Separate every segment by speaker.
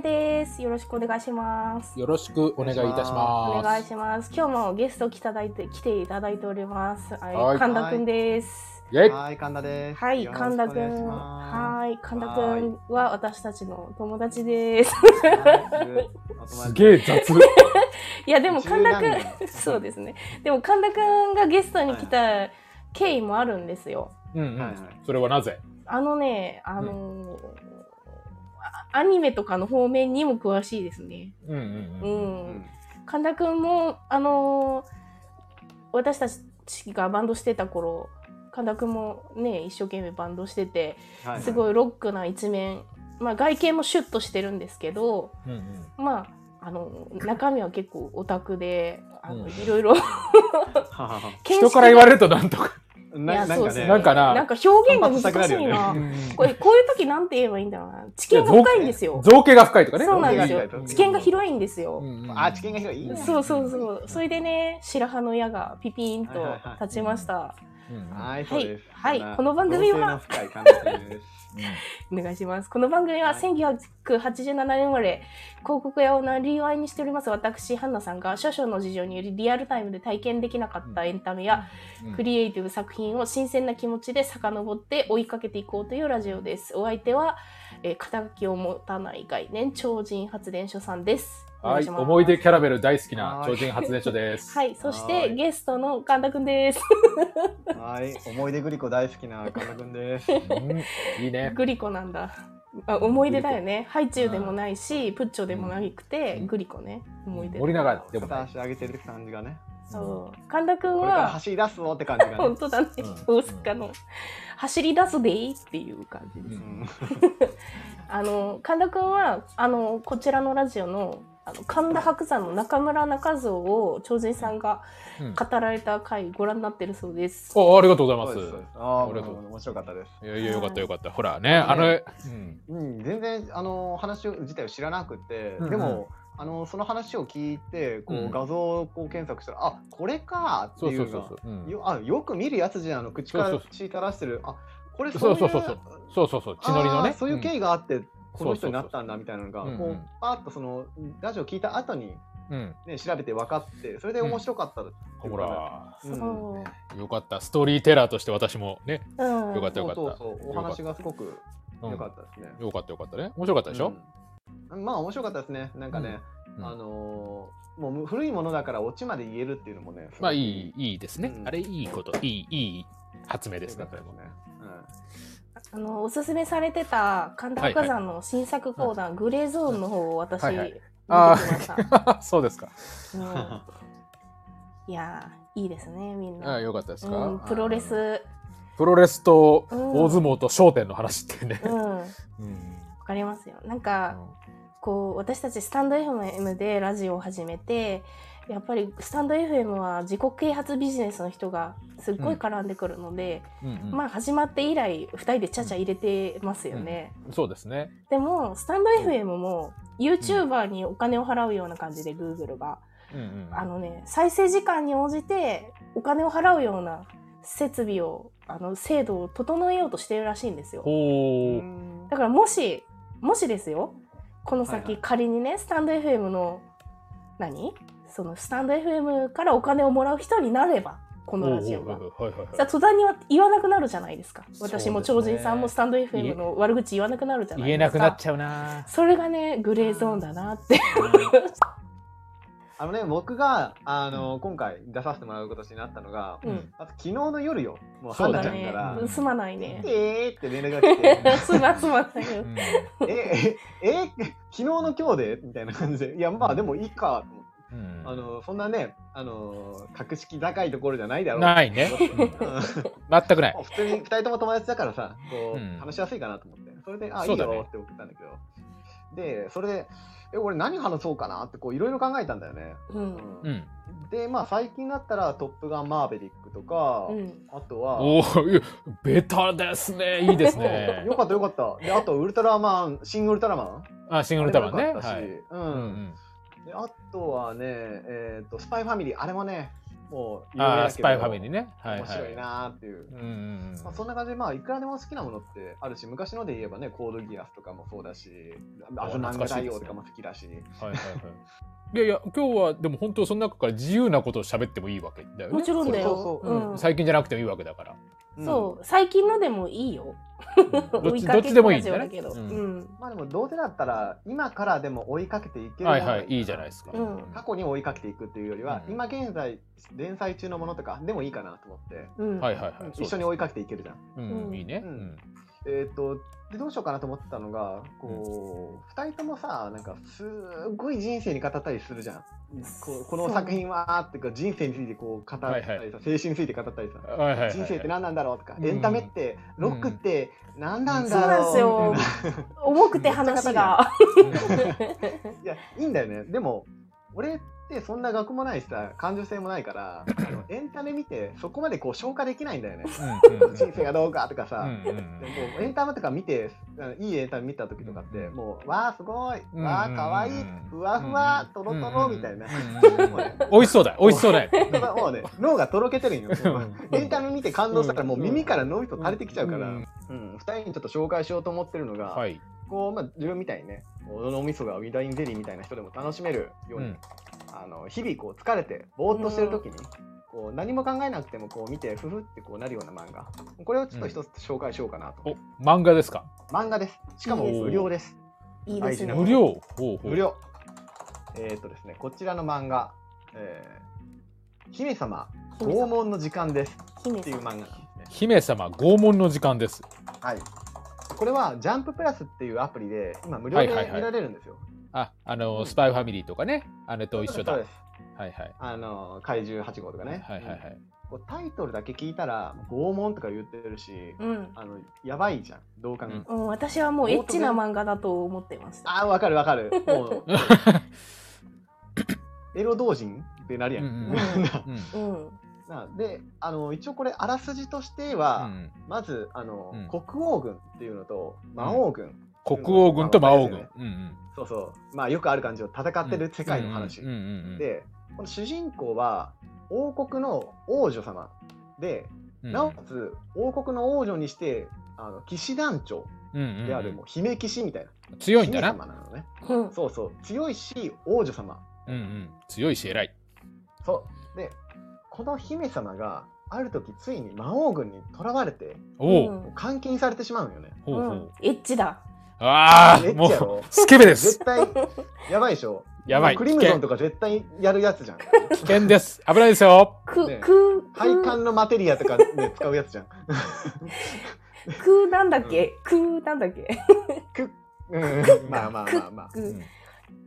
Speaker 1: です。よろしくお願いします。
Speaker 2: よろしくお願いいたします。
Speaker 1: お願いします。今日もゲスト来ただいて来ていただいております。はい
Speaker 2: はい
Speaker 1: 神田くんです。
Speaker 2: イェイ
Speaker 3: はい、神田です。
Speaker 1: はい、
Speaker 3: よろし
Speaker 1: 神田
Speaker 3: くお
Speaker 1: く
Speaker 3: 願いし
Speaker 1: ん。
Speaker 3: ま
Speaker 1: はい、神田くんは私たちの友達です。
Speaker 3: すはい。
Speaker 2: すげえ雑。
Speaker 1: いやでも神田
Speaker 3: 十何
Speaker 1: くん、
Speaker 3: 年
Speaker 1: そうですね。でも神田くんがゲストに来た経緯もあるんですよ。
Speaker 2: うんうん、
Speaker 3: はいはい
Speaker 2: それはなぜ
Speaker 1: あのね、あのーあアニメとかの方面にも詳しいですね。
Speaker 2: うん
Speaker 1: う
Speaker 2: う
Speaker 1: ん
Speaker 3: うんん。
Speaker 1: 神田くんもあのー私たちがバンドしてた頃神田くんもね一生懸命バンドしてて
Speaker 3: は
Speaker 1: す
Speaker 3: い。
Speaker 1: ごいロックな一面、まあ、外見もシュッとしてるんですけど
Speaker 2: うん。うんうん
Speaker 1: まああの中身は結構オタクであの、
Speaker 2: うん
Speaker 1: いろいろ
Speaker 3: ははは
Speaker 1: 見識が
Speaker 2: 人から言われるとなんとか。
Speaker 1: いや
Speaker 3: ななん
Speaker 1: そう
Speaker 3: か
Speaker 1: ですね
Speaker 3: ね、
Speaker 2: なんかな
Speaker 1: なんか表現が難しい
Speaker 3: 反
Speaker 1: な
Speaker 3: 発したくなるよ
Speaker 1: これこういう時なんて言えばいいんだろうな知見が深いんですよ
Speaker 2: 造形が深いとかね。
Speaker 1: そうなんです
Speaker 3: 造形が
Speaker 1: よ
Speaker 3: 深い
Speaker 1: 知見が広いんですよ、
Speaker 2: うんうん
Speaker 3: あ、知見が広い。いいね
Speaker 1: そうそうそうそれでね白羽の矢がピピーンと立ちました、
Speaker 2: うんうん
Speaker 3: はい、そうです。
Speaker 1: はい
Speaker 3: 神田
Speaker 1: この番組は
Speaker 3: 同性の深い神田です。
Speaker 1: お願いします。この番組は
Speaker 3: はい
Speaker 1: 1987年生まれ、広告屋をなりわいにしております私、ハンナさんが少々の事情によりリアルタイムで体験できなかったエンタメや、
Speaker 2: うん
Speaker 1: クリエイティブ作品を新鮮な気持ちで遡って追いかけていこうというラジオです。お相手は、えー肩書きを持たない概念、超人発電所さんです。お願
Speaker 2: はいい、
Speaker 1: します
Speaker 2: 思い出。キャラメル大好きな超人発電所です。
Speaker 1: はい、そし
Speaker 3: は
Speaker 1: て
Speaker 3: い
Speaker 1: ゲストの神田くんです。
Speaker 3: はい、思い出グリコ大好きな神田くんです。
Speaker 2: うんいいね。
Speaker 1: グリコなんだ。あ思い出だよね。ハイチュウでもないし、プッチョでもなくて、
Speaker 2: うん
Speaker 1: グリコね。思い出。
Speaker 2: 森永でも
Speaker 3: 片
Speaker 2: ない。
Speaker 3: 足上げてる感じがね。
Speaker 1: そう神田くん
Speaker 3: これから
Speaker 1: は
Speaker 3: 走り出すぞって感じが
Speaker 1: 本
Speaker 3: ね。
Speaker 1: 当だね、
Speaker 2: うん
Speaker 1: 大阪の走り出すでいいっていう感じです、
Speaker 3: うん
Speaker 1: あの神田くんはあのこちらのラジオのあの神田伯山の中村中蔵を超人さんが
Speaker 2: うん
Speaker 1: 語られた回ご覧になってるそうです、
Speaker 2: おありがとうご
Speaker 3: そう
Speaker 2: ざいま
Speaker 3: で。
Speaker 2: す
Speaker 3: そう
Speaker 2: す
Speaker 3: で。すあ
Speaker 2: ありがとう
Speaker 3: ー、面白かったです。
Speaker 2: いやいや、よかったよかった。ほらね、
Speaker 3: ね
Speaker 2: あの、うん
Speaker 3: うん、全然あの話自体を知らなくて、
Speaker 2: うんうん
Speaker 3: でもあのその話を聞いてこう、
Speaker 2: うん
Speaker 3: 画像をこう検索したらあこれかって
Speaker 2: そう
Speaker 3: い
Speaker 2: そう
Speaker 3: う
Speaker 2: そう
Speaker 3: の
Speaker 2: そう。うん
Speaker 3: がよあよく見るやつじゃんあの口か
Speaker 2: そう
Speaker 3: ら
Speaker 2: そう
Speaker 3: 血垂らしてるあこれ
Speaker 2: そ
Speaker 3: そうう
Speaker 2: そ
Speaker 3: いうう
Speaker 2: そうそう。そうそうそう。血のりの
Speaker 3: あ
Speaker 2: ね
Speaker 3: ー。そういう経
Speaker 2: 緯。
Speaker 3: 緯があって、
Speaker 2: そうそう
Speaker 3: こ
Speaker 2: そう
Speaker 3: の人になったんだみたいなのが
Speaker 2: うんうん
Speaker 3: こうパーッとそのラジオ聞いた後に
Speaker 2: うん。
Speaker 3: ね調べて分かってそれで面白かったです、
Speaker 2: ほら、
Speaker 3: うん
Speaker 1: そう
Speaker 2: よかった。ストーリーテラーとして私もね、
Speaker 1: うん
Speaker 2: よかった
Speaker 3: そうそう
Speaker 2: よ
Speaker 3: そう
Speaker 2: っ
Speaker 3: お
Speaker 2: た
Speaker 3: 話がすごく
Speaker 2: うん
Speaker 3: 良かったですね、
Speaker 2: よかったよかったね。面白かったでしょ
Speaker 3: うんまあ面白かったですねなんかね、
Speaker 2: うん
Speaker 3: あのーもう古いものだからオチまで言えるっていうのもね
Speaker 2: まあいい、いいですね
Speaker 3: う。ん
Speaker 2: あれ、いいこと、いい、いい発明ですね。
Speaker 3: これもね、
Speaker 1: あのおすすめされてた神田伯山の新作コーナー、グレーゾーンの方を私、
Speaker 2: はいはい
Speaker 1: 見てきました、
Speaker 2: そうですか。
Speaker 1: うんいやーいいですねみん
Speaker 2: あ
Speaker 1: な、
Speaker 2: あ、よかったです
Speaker 1: うん
Speaker 2: か。
Speaker 1: プロレス
Speaker 2: プロレスと
Speaker 1: うん
Speaker 2: 大相撲と商店の話っていうね
Speaker 1: う。んわ
Speaker 2: うん
Speaker 1: かりますよなんか、こう私たちスタンド FM でラジオを始めてやっぱりスタンド FM は自己啓発ビジネスの人がすっごい絡んでくるので、
Speaker 2: うん
Speaker 1: まあ始まって以来2人でちゃちゃ入れてますよね、
Speaker 2: うんそうですね。
Speaker 1: でもスタンド FM も YouTuber にお金を払うような感じで Google が、
Speaker 2: うんうん
Speaker 1: あのね再生時間に応じてお金を払うような設備をあの制度を整えようとしてるらしいんですよ
Speaker 2: ほ
Speaker 3: う
Speaker 2: うん
Speaker 1: だからもしもしですよこの先、
Speaker 3: はいはい
Speaker 1: 仮にねスタンド FM の何そのスタンド FM からお金をもらう人になればこのラジオが。
Speaker 2: ほうほうほうはいはいはい
Speaker 1: さあ途端には言わなくなるじゃないですか
Speaker 2: そうです
Speaker 1: 私
Speaker 2: ね
Speaker 1: も超人さんもスタンド FM の悪口言わなくなるじゃない
Speaker 2: 言え
Speaker 1: で
Speaker 2: な
Speaker 1: すか
Speaker 2: くなっちゃうな。
Speaker 1: それがねグレーゾーンだなって
Speaker 3: あのね僕があの今回出させてもらうことになったのが、
Speaker 1: うん
Speaker 3: あと昨日の夜よもう
Speaker 2: そ
Speaker 3: は
Speaker 2: うだ
Speaker 3: な
Speaker 2: ね
Speaker 3: ちゃんから
Speaker 1: うんすまないね
Speaker 3: 「えー」って連絡が来て
Speaker 1: すまんすまないよ
Speaker 2: うん
Speaker 3: 「えええ昨日の今日で?」みたいな感じで「いやまあでもいいか」と思っ
Speaker 2: う
Speaker 3: て
Speaker 2: ん
Speaker 3: あのそんなねあの格式高いところじゃないだろう
Speaker 2: ないね。
Speaker 3: うん
Speaker 2: 全くない。
Speaker 3: 普通に二人とも友達だからさ、こ
Speaker 2: うん
Speaker 3: う、話しやすいかなと思って、それで、あ、い
Speaker 2: そう
Speaker 3: い
Speaker 2: だね
Speaker 3: よって送ったんだけど、で、それで、え、俺何話そうかなって、こう、いろいろ考えたんだよね。
Speaker 1: う
Speaker 3: うんん
Speaker 2: うん。
Speaker 3: で、まあ、最近だったら、トップガンマーヴェリックとか、
Speaker 1: うん
Speaker 3: あとは、
Speaker 2: おお、いやベタですね。いいですね。
Speaker 3: よかったよかった。で、あと、ウルトラマン、新ウルトラマン
Speaker 2: あ、シングルタマンね。
Speaker 3: あれも良かったし
Speaker 2: はい。
Speaker 3: う
Speaker 2: うん
Speaker 3: ん。であとはね、えっと、スパイファミリー、あれもね、もう有名
Speaker 2: ああ、
Speaker 3: だ
Speaker 2: ス
Speaker 3: けど
Speaker 2: パイファミリーね。はい
Speaker 3: 面
Speaker 2: は
Speaker 3: 白い
Speaker 2: い。
Speaker 3: なーっていう、
Speaker 2: うんうんうん
Speaker 3: まあ、そんな感じでまあいくらでも好きなものってあるし昔ので言えばねコードギアスとかもそうだし
Speaker 2: あ
Speaker 3: アズマン
Speaker 2: 懐
Speaker 3: ガ大
Speaker 2: かしいで
Speaker 3: 王
Speaker 2: すね
Speaker 3: とかも好きだし
Speaker 2: はいはいはい。いやいや、今日はでも本当その中から自由なことを喋ってもいいわけだよね。
Speaker 1: もちろんだよ。
Speaker 3: そう
Speaker 2: う
Speaker 1: うんん
Speaker 2: 最近じゃなくてもいいわけだから。
Speaker 1: そう最近のでもいいよ。
Speaker 3: うん
Speaker 2: どっ
Speaker 1: 追い
Speaker 2: ち
Speaker 1: か
Speaker 2: ど
Speaker 1: け
Speaker 2: っちでもいいん
Speaker 1: ラジ
Speaker 2: だ
Speaker 1: オ
Speaker 2: ね
Speaker 1: だけ。ど。
Speaker 2: う
Speaker 1: うんん。
Speaker 3: まあでもどうせだったら今からでも追いかけていけるもの
Speaker 2: はいはい、いいじゃないですか。
Speaker 1: うん
Speaker 3: 過去に追いかけていくっていうよりは、
Speaker 2: うん
Speaker 3: 今現在連載中のものとかでもいいかなと思って、
Speaker 1: うん。
Speaker 2: はいはいはい。そうです
Speaker 3: 一緒に追いかけていけるじゃん。
Speaker 2: うん、いいね。
Speaker 3: う
Speaker 2: うんん。
Speaker 3: えっ、とでどうしようかなと思ってたのがこう、2人ともさなんかすごい人生に語ったりするじゃん。こうこの作品はっていうか人生についてこう語ったりさ、
Speaker 2: はいはい
Speaker 3: 精神について語ったりさ。
Speaker 2: はいはいはい。
Speaker 3: 人生って何なんだろうとか、
Speaker 2: うん
Speaker 3: エンタメって、ロックって何なん
Speaker 1: そう
Speaker 3: だ
Speaker 1: なん
Speaker 3: ろ
Speaker 1: で
Speaker 3: う
Speaker 1: すよ
Speaker 3: みたいな。
Speaker 1: 重くて話 が。
Speaker 3: いや、いいんだよね。でも、俺ってそんな学もないしさ、感受性もないから、あ のエンタメ見て、そこまでこう消化できないんだよね。
Speaker 2: うんうんうん
Speaker 3: 人生がどうかとかさ。
Speaker 2: うんうんうん
Speaker 3: でもエンタメとか見て、うんいいエンタメ見た時とかって、
Speaker 2: うん
Speaker 3: もう、わあ、すごい、
Speaker 2: うん
Speaker 3: わあ、かわいい、ふわふわ、とろとろみたいな。
Speaker 2: うんうん
Speaker 3: もうね
Speaker 2: 美味しそう だよ美味しそうだよ
Speaker 3: ただもうね、脳がとろけてるんよ。
Speaker 2: うん
Speaker 3: エンタメ見て感動したら、もう耳から脳みそ垂れてきちゃうから、
Speaker 2: う
Speaker 3: うんん、二人にちょっと紹介しようと思ってるのが、
Speaker 2: はい
Speaker 3: こう、まあ、自分みたいにね、こう脳みそがウィダインゼリーみたいな人でも楽しめるように、
Speaker 2: うん
Speaker 3: あの日々こう疲れて、ぼーっとしてる時に、こう何も考えなくてもこう見て、ふふってこうなるような漫画。これをちょっと一つ紹介しようかなと。
Speaker 2: お漫画ですか
Speaker 3: 漫画です。しかも
Speaker 1: いいですね
Speaker 3: 無料です。
Speaker 1: いいですね。
Speaker 2: 無料ほうほう
Speaker 3: 無料。えっ、とですね、こちらの漫画、えー姫様、拷問の時間です
Speaker 1: 姫
Speaker 3: っていう漫画なんですね。
Speaker 2: 姫様拷問の時間です
Speaker 3: はい。これはジャンププラスっていうアプリで今無料で見
Speaker 2: はいはいはい
Speaker 3: られるんですよ。
Speaker 2: ああのスパイファミリーとかね姉と一緒だは
Speaker 3: そうで
Speaker 2: い
Speaker 3: す
Speaker 2: はい
Speaker 3: あの怪獣8号とかね、
Speaker 2: はいはいはい
Speaker 3: こうタイトルだけ聞いたら拷問とか言ってるし、
Speaker 1: うん。
Speaker 3: あのやばいじゃんどう考えても、
Speaker 1: うん、私はもうエッチな漫画だと思ってました。
Speaker 3: ああわかるわかる もうエロ同人ってなるやん、
Speaker 2: うんうんうん
Speaker 1: うん。
Speaker 3: なであの一応これあらすじとしては、まずあの、
Speaker 2: うん
Speaker 3: 国王軍っていうのと魔王軍、
Speaker 2: うん国王軍と魔王軍うんうん
Speaker 3: そうそうまあよくある感じの戦ってる世界の話、
Speaker 2: うんうんうんうん
Speaker 3: でこの主人公は王国の王女様で
Speaker 2: うん
Speaker 3: なおかつ王国の王女にしてあの騎士団長
Speaker 2: うんうんうん
Speaker 3: であるもう姫騎士みたいな
Speaker 2: 強いんだな
Speaker 3: 姫様なのね
Speaker 1: うん。
Speaker 3: そうそう強いし王女様
Speaker 2: うんうん強いし偉い
Speaker 3: そうでこの姫様がある時ついに魔王軍に囚われて
Speaker 2: お
Speaker 1: う
Speaker 2: うん
Speaker 3: 監禁されてしまうん よね
Speaker 2: ほうほ
Speaker 1: うん
Speaker 2: う
Speaker 1: エッチだ。
Speaker 2: あ
Speaker 3: め
Speaker 2: あ
Speaker 3: っ
Speaker 2: も
Speaker 3: ちゃや
Speaker 2: う
Speaker 3: ろ
Speaker 2: スケベです
Speaker 3: 絶対やばいでしょ
Speaker 2: やばい
Speaker 3: クリムゾンとか絶対やるやつじゃん
Speaker 2: 危険です危ないですよ
Speaker 1: く、
Speaker 3: ね
Speaker 1: く、
Speaker 3: 配
Speaker 1: く、
Speaker 3: 管のマテリアと かで使うやつじゃん
Speaker 1: くなんだっけ、くなんだっけ。
Speaker 3: うんまあまあまあまあ
Speaker 1: く
Speaker 2: うん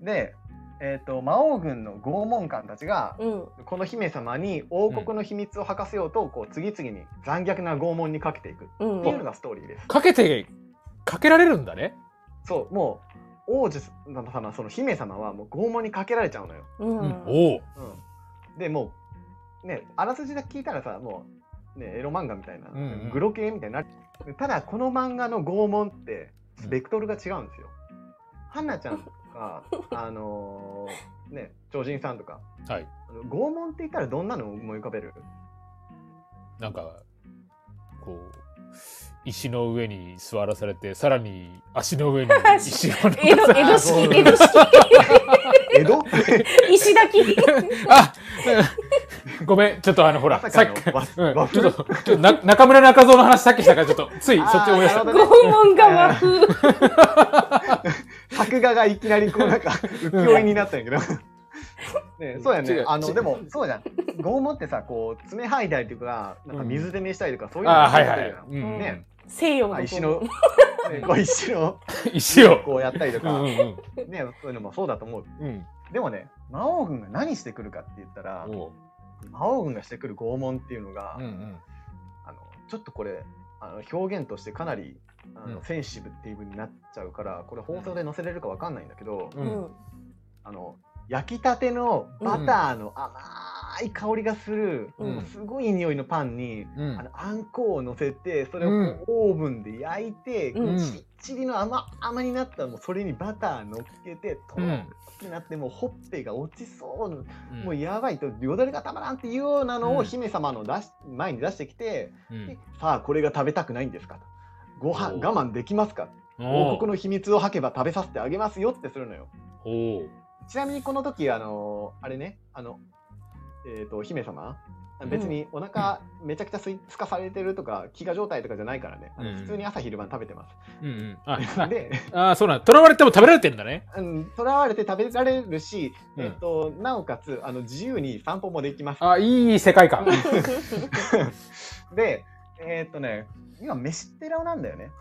Speaker 3: でえっ、と魔王軍の拷問官たちが
Speaker 1: うん。
Speaker 3: この姫様に王国の秘密を吐かせようと、こう次々に残虐な拷問にかけていくっ
Speaker 1: うん
Speaker 3: ていうのがストーリーです。
Speaker 2: かけてかけられるんだね
Speaker 3: そうもう王子様その姫様はもう拷問にかけられちゃうのよ。
Speaker 1: うん。
Speaker 2: おお
Speaker 3: うん、でもうねあらすじだけ聞いたらさもう、ね、エロ漫画みたいな、
Speaker 2: うんうん
Speaker 3: グロ系みたいになるただこの漫画の拷問ってベクトルが違うんですよ。はなちゃんと かあのーね超人さんとか
Speaker 2: はい
Speaker 3: あの拷問って言ったらどんなの思い浮かべる
Speaker 2: なんかこう石の上に座らされてさらに足の上に石を乗せ
Speaker 1: 江戸、江戸
Speaker 3: そう
Speaker 1: 式、江戸式、
Speaker 3: 江 戸
Speaker 1: 石 炊き。
Speaker 2: あうんごめんちょっとあのほら
Speaker 3: ま
Speaker 2: さ
Speaker 3: さ
Speaker 2: っき
Speaker 3: か のわ
Speaker 2: うん、
Speaker 3: 和
Speaker 2: ち
Speaker 3: 風
Speaker 2: ょっとちょっとな中村中蔵の話さっきしたからちょっとついそっち思い出し
Speaker 3: あ
Speaker 2: た
Speaker 3: ーなるほど
Speaker 1: 拷問が和風。
Speaker 3: 作画がいきなりこう なんか浮世絵になったんやけどねそうや
Speaker 2: 違
Speaker 3: ね
Speaker 2: う
Speaker 3: あの
Speaker 2: 違う
Speaker 3: でもそうじゃん拷問ってさこう爪剥いたりとかなんか水でめしたりとか、そういうの
Speaker 2: あー
Speaker 3: が
Speaker 2: は
Speaker 3: 入
Speaker 2: い
Speaker 3: っ
Speaker 2: は
Speaker 3: て
Speaker 2: い
Speaker 3: る
Speaker 2: うんうん、
Speaker 3: ね
Speaker 1: 西洋
Speaker 3: やん
Speaker 1: の
Speaker 3: まあ
Speaker 1: 拷
Speaker 3: 石
Speaker 1: 問
Speaker 3: の。ねこう石を
Speaker 2: 石を
Speaker 3: こうやったりと
Speaker 2: う
Speaker 3: か、
Speaker 2: んうん
Speaker 3: ねそういうのもそうだと思う
Speaker 2: うん
Speaker 3: でもね魔王軍が何してくるかって言ったら
Speaker 2: おう
Speaker 3: 魔王軍がしてくる拷問っていうのが、
Speaker 2: うんうん
Speaker 3: あのちょっとこれあの表現としてかなりあの、
Speaker 2: うん
Speaker 3: センシティブになっちゃうからこれ放送で載せれるかわかんないんだけど、
Speaker 2: うん
Speaker 1: うん。
Speaker 3: あの焼きたてのバターの甘い香りがする、
Speaker 2: うん
Speaker 3: もうすごい匂いのパンに、
Speaker 2: うん
Speaker 3: あのあんこを乗せてそれ
Speaker 2: うん
Speaker 3: をこうオーブンで焼いて、
Speaker 1: うん
Speaker 3: ちっちりの甘甘になったもうそれにバター乗っけてとろってなってもうほっぺが落ちそうな、もうやばいとよだれがたまらんっていうようなの
Speaker 2: う
Speaker 3: を
Speaker 2: ん
Speaker 3: 姫様の出し前に出してきて、
Speaker 2: うん
Speaker 3: でさあこれが食べたくないんですかとご飯
Speaker 2: おう
Speaker 3: 我慢できますか王国の秘密を吐けば食べさせてあげますよってするのよ
Speaker 2: おー
Speaker 3: ちなみにこの時あのあれねあのえっ、と姫様別にお腹めちゃくちゃすいつかされてるとか飢餓状態とかじゃないからねあの
Speaker 2: うん
Speaker 3: 普通に朝昼晩食べてます、
Speaker 2: うんうんああ
Speaker 3: で
Speaker 2: あーそうなんとらわれても食べられてんだね
Speaker 3: うん囚われて食べられるし、
Speaker 2: うん
Speaker 3: えっとなおかつあの自由に散歩もできます
Speaker 2: あいい世界観
Speaker 3: でえっ、とね今飯ってらなんだよね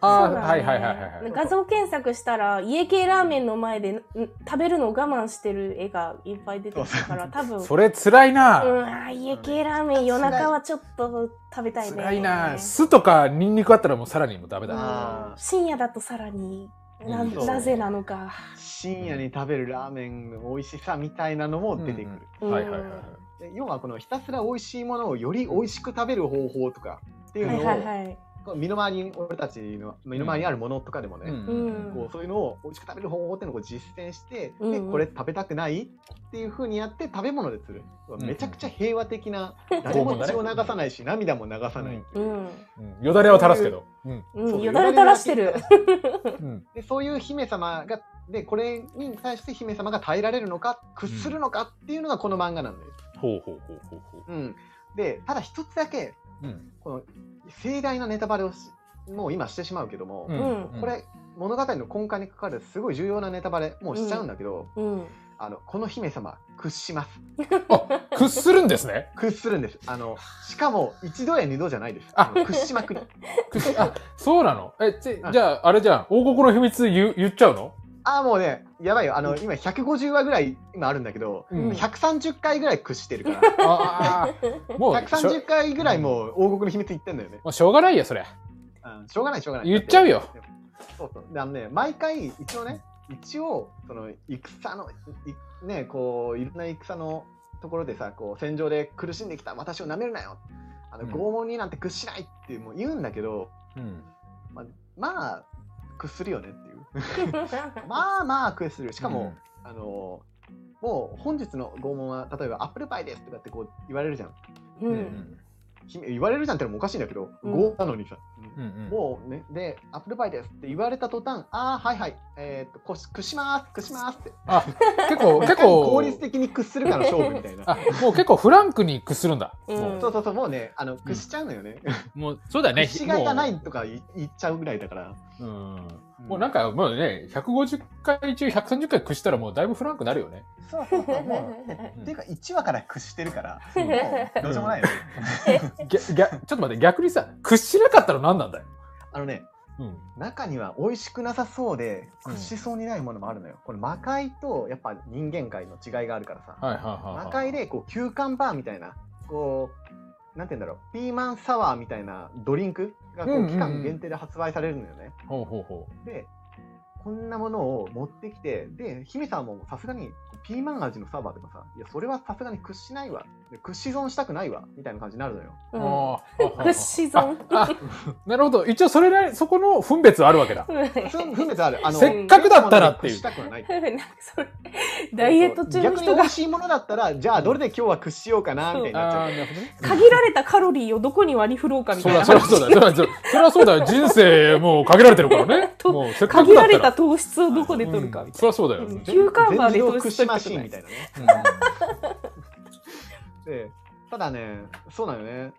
Speaker 2: あー
Speaker 1: そうなんだ
Speaker 2: はいはいはいはいはい
Speaker 1: 画像検索したら家系ラーメンの前でん食べるのを我慢してる絵がいっぱい出てきたから多分
Speaker 2: それつらいな、
Speaker 1: うん、あー家系ラーメン夜中はちょっと食べたいね
Speaker 2: つらいな酢とかニンニクあったらもうさらにもうダメだな
Speaker 3: あー
Speaker 1: 深夜だとさらにな,、
Speaker 2: うん
Speaker 3: そう
Speaker 1: なぜなのか
Speaker 3: 深夜に食べるラーメンの美味しさみたいなのも出てくる、
Speaker 1: うん
Speaker 2: はいはいはいはい
Speaker 3: で要はこのひたすら美味しいものをより美味しく食べる方法とかっていう
Speaker 1: は
Speaker 3: の
Speaker 1: い
Speaker 3: を、
Speaker 1: はいはい
Speaker 3: こう身の回りに俺たちの身の回りにあるものとかでもね、
Speaker 1: うん
Speaker 3: こうそういうのを美味しく食べる方法っていうのをこう実践して、
Speaker 1: うんうん
Speaker 3: でこれ食べたくないっていうふうにやって食べ物でする、
Speaker 2: ん
Speaker 3: めちゃくちゃ平和的な誰
Speaker 2: 誰
Speaker 3: も
Speaker 2: も
Speaker 3: 血
Speaker 2: 血
Speaker 3: を
Speaker 2: を
Speaker 3: 流
Speaker 2: 流
Speaker 3: さないし涙も流さない、
Speaker 1: うん、
Speaker 2: うんよだれは垂らすけど、うん
Speaker 1: う
Speaker 3: そ
Speaker 1: ん、
Speaker 3: う
Speaker 1: よだれ垂らしてる
Speaker 2: うん
Speaker 3: でそういう姫様がでこれに対して姫様が耐えられるのか屈するのかっていうのがこの漫画なんです。
Speaker 2: ほうほうほうほうほう
Speaker 3: うん、でただ一つだけ
Speaker 2: うん
Speaker 3: この盛大なネタバレをしもう今してしまうけども、
Speaker 1: ん
Speaker 3: これ物語の根幹にかかるすごい重要なネタバレもうしちゃうんだけど、
Speaker 1: うん
Speaker 3: あのこの姫様屈します
Speaker 2: あ屈するんですね
Speaker 3: 屈するんですあのしかも一度や二度じゃないです
Speaker 2: あ
Speaker 3: あの屈しまくり
Speaker 2: 屈あそうなのえち
Speaker 3: うん
Speaker 2: じゃああれじゃん王国の秘密言う言っちゃうの、
Speaker 3: ああもうねやばいよあの今150話ぐらい今あるんだけど
Speaker 1: うん
Speaker 3: 130回ぐらい屈してるから
Speaker 2: ああもうしょ
Speaker 3: 130回ぐらいもう王国の秘密言ってんだよね、
Speaker 2: もうしょうがないよそれ
Speaker 3: うんしょうがないしょうがない
Speaker 2: 言っちゃうよ
Speaker 3: そうそうであのね毎回一応ね一応その戦のいねこういろんな戦のところでさこう戦場で苦しんできた私をなめるなよあの
Speaker 2: うん
Speaker 3: 拷問になんて屈しないってもう言うんだけど、
Speaker 2: うん
Speaker 3: まあ、まあ屈するよね っていうまあまあ屈するしかも、あのもう本日の拷問は例えばアップルパイですとかってこう言われるじゃん
Speaker 1: う
Speaker 2: うん
Speaker 1: ん
Speaker 3: 姫言われるじゃんってのもおかしいんだけど、
Speaker 1: うん
Speaker 3: 5なのにさ、
Speaker 2: うんうん
Speaker 3: もうね、で、アップルパイですって言われた途端、ああ、はいはい、えーっと、こし、くします、くしますって。
Speaker 2: あ結構結構
Speaker 3: 効率的に屈するから勝負みたいな。
Speaker 2: あもう結構フランクに屈するんだ、
Speaker 1: うん
Speaker 2: もう
Speaker 3: そうそうそう、もうね、あの、屈しちゃうのよね。
Speaker 2: もうそうだよね
Speaker 3: 屈しがいがないとかい言っちゃうぐらいだから。
Speaker 2: うんもうなんかもうね150回中130回屈したらもうだいぶフランクなるよ ね
Speaker 3: そうそうそう、もう、 っていうか、1話から屈してるから、もう、どうしようもないよね。
Speaker 2: ぎゃぎゃちょっと待って逆にさ屈しなかったら何なんだよ、
Speaker 3: あのね、
Speaker 2: うん、
Speaker 3: 中には美味しくなさそうで、
Speaker 2: うん
Speaker 3: 屈しそうにないものもあるのよ。これ、魔界と、やっぱ人間界の違いがあるからさ。
Speaker 2: はいはいはいはい
Speaker 3: 魔界でこう休館バーみたいなこうなんて言うんだろうピーマンサワーみたいなドリンクがこ
Speaker 2: うんうん
Speaker 3: う
Speaker 2: うん
Speaker 3: 期間限定で発売されるのよね。
Speaker 2: ほうほうほ
Speaker 3: でこんなものを持ってきてで姫さんもさすがにピーマン味のサワーとかさ「いやそれはさすがに屈しないわ」で「屈し損したくないわ」みたいな感じにな るのよ。
Speaker 2: う、
Speaker 1: うん
Speaker 2: あー
Speaker 1: 屈し損
Speaker 2: ああなるほど一応それなりそこの分別はあるわけだ
Speaker 3: そういう分別ある。あの
Speaker 2: せっかくだったらっていう
Speaker 3: 屈したくはない。
Speaker 1: なんかそれダイエット中の
Speaker 3: 逆に
Speaker 1: 人
Speaker 3: 美
Speaker 1: が
Speaker 3: 味しいものだったらじゃあどれで今日は屈しようかなみたい になっちゃう
Speaker 2: あ。ーなるほどね
Speaker 1: 限られたカロリーをどこに割り振ろうかみ
Speaker 2: そ
Speaker 1: たい
Speaker 2: り
Speaker 1: な
Speaker 2: ゃそりゃそうだよそりゃそうそりゃそうだよ人生もう限られてるからね
Speaker 1: と
Speaker 2: もうせっ か
Speaker 1: 限
Speaker 2: くだ
Speaker 1: ら
Speaker 2: った
Speaker 1: れ
Speaker 2: ら
Speaker 1: た糖質をどこで取るかみ
Speaker 2: うん
Speaker 1: た
Speaker 2: そりゃそうだ
Speaker 1: い
Speaker 2: よ、
Speaker 1: な、うん、
Speaker 2: ね
Speaker 1: 休館バーで
Speaker 3: 全自動
Speaker 1: 糖
Speaker 3: 屈
Speaker 1: 質
Speaker 3: し
Speaker 1: 取
Speaker 3: マ
Speaker 1: りたく
Speaker 3: シーン
Speaker 1: な
Speaker 3: み
Speaker 1: い
Speaker 3: たいなね。
Speaker 2: う
Speaker 3: でただねそうなのよね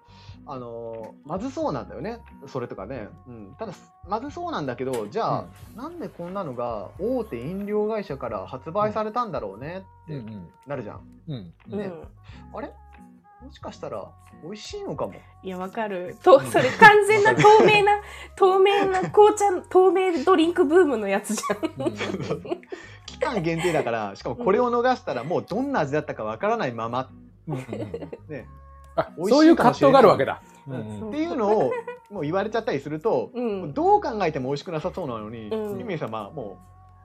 Speaker 3: あのまずそうなんだよねそれとかね、うん、ただまずそうなんだけどじゃあ、なんでこんなのが大手飲料会社から発売されたんだろうねって
Speaker 2: んうん
Speaker 3: なるじゃん、
Speaker 2: うんう
Speaker 1: うん
Speaker 3: ね
Speaker 1: ん
Speaker 3: あれもしかしたら美味しいのかも
Speaker 1: いやわかるとそれ完全な透明な 透明な紅茶透明ドリンクブームのやつじゃん
Speaker 2: うん
Speaker 3: 期間限定だからしかもこれを逃したらもうどんな味だったかわからないまま
Speaker 2: うんうん
Speaker 3: ね
Speaker 2: あ
Speaker 3: 美味しいかもしれない
Speaker 2: そういう葛藤があるわけだ。
Speaker 3: うん
Speaker 1: うん
Speaker 3: っていうのを もう言われちゃったりすると、
Speaker 1: うん
Speaker 3: もうどう考えても美味しくなさそうなのに、
Speaker 1: うん
Speaker 3: 姫様も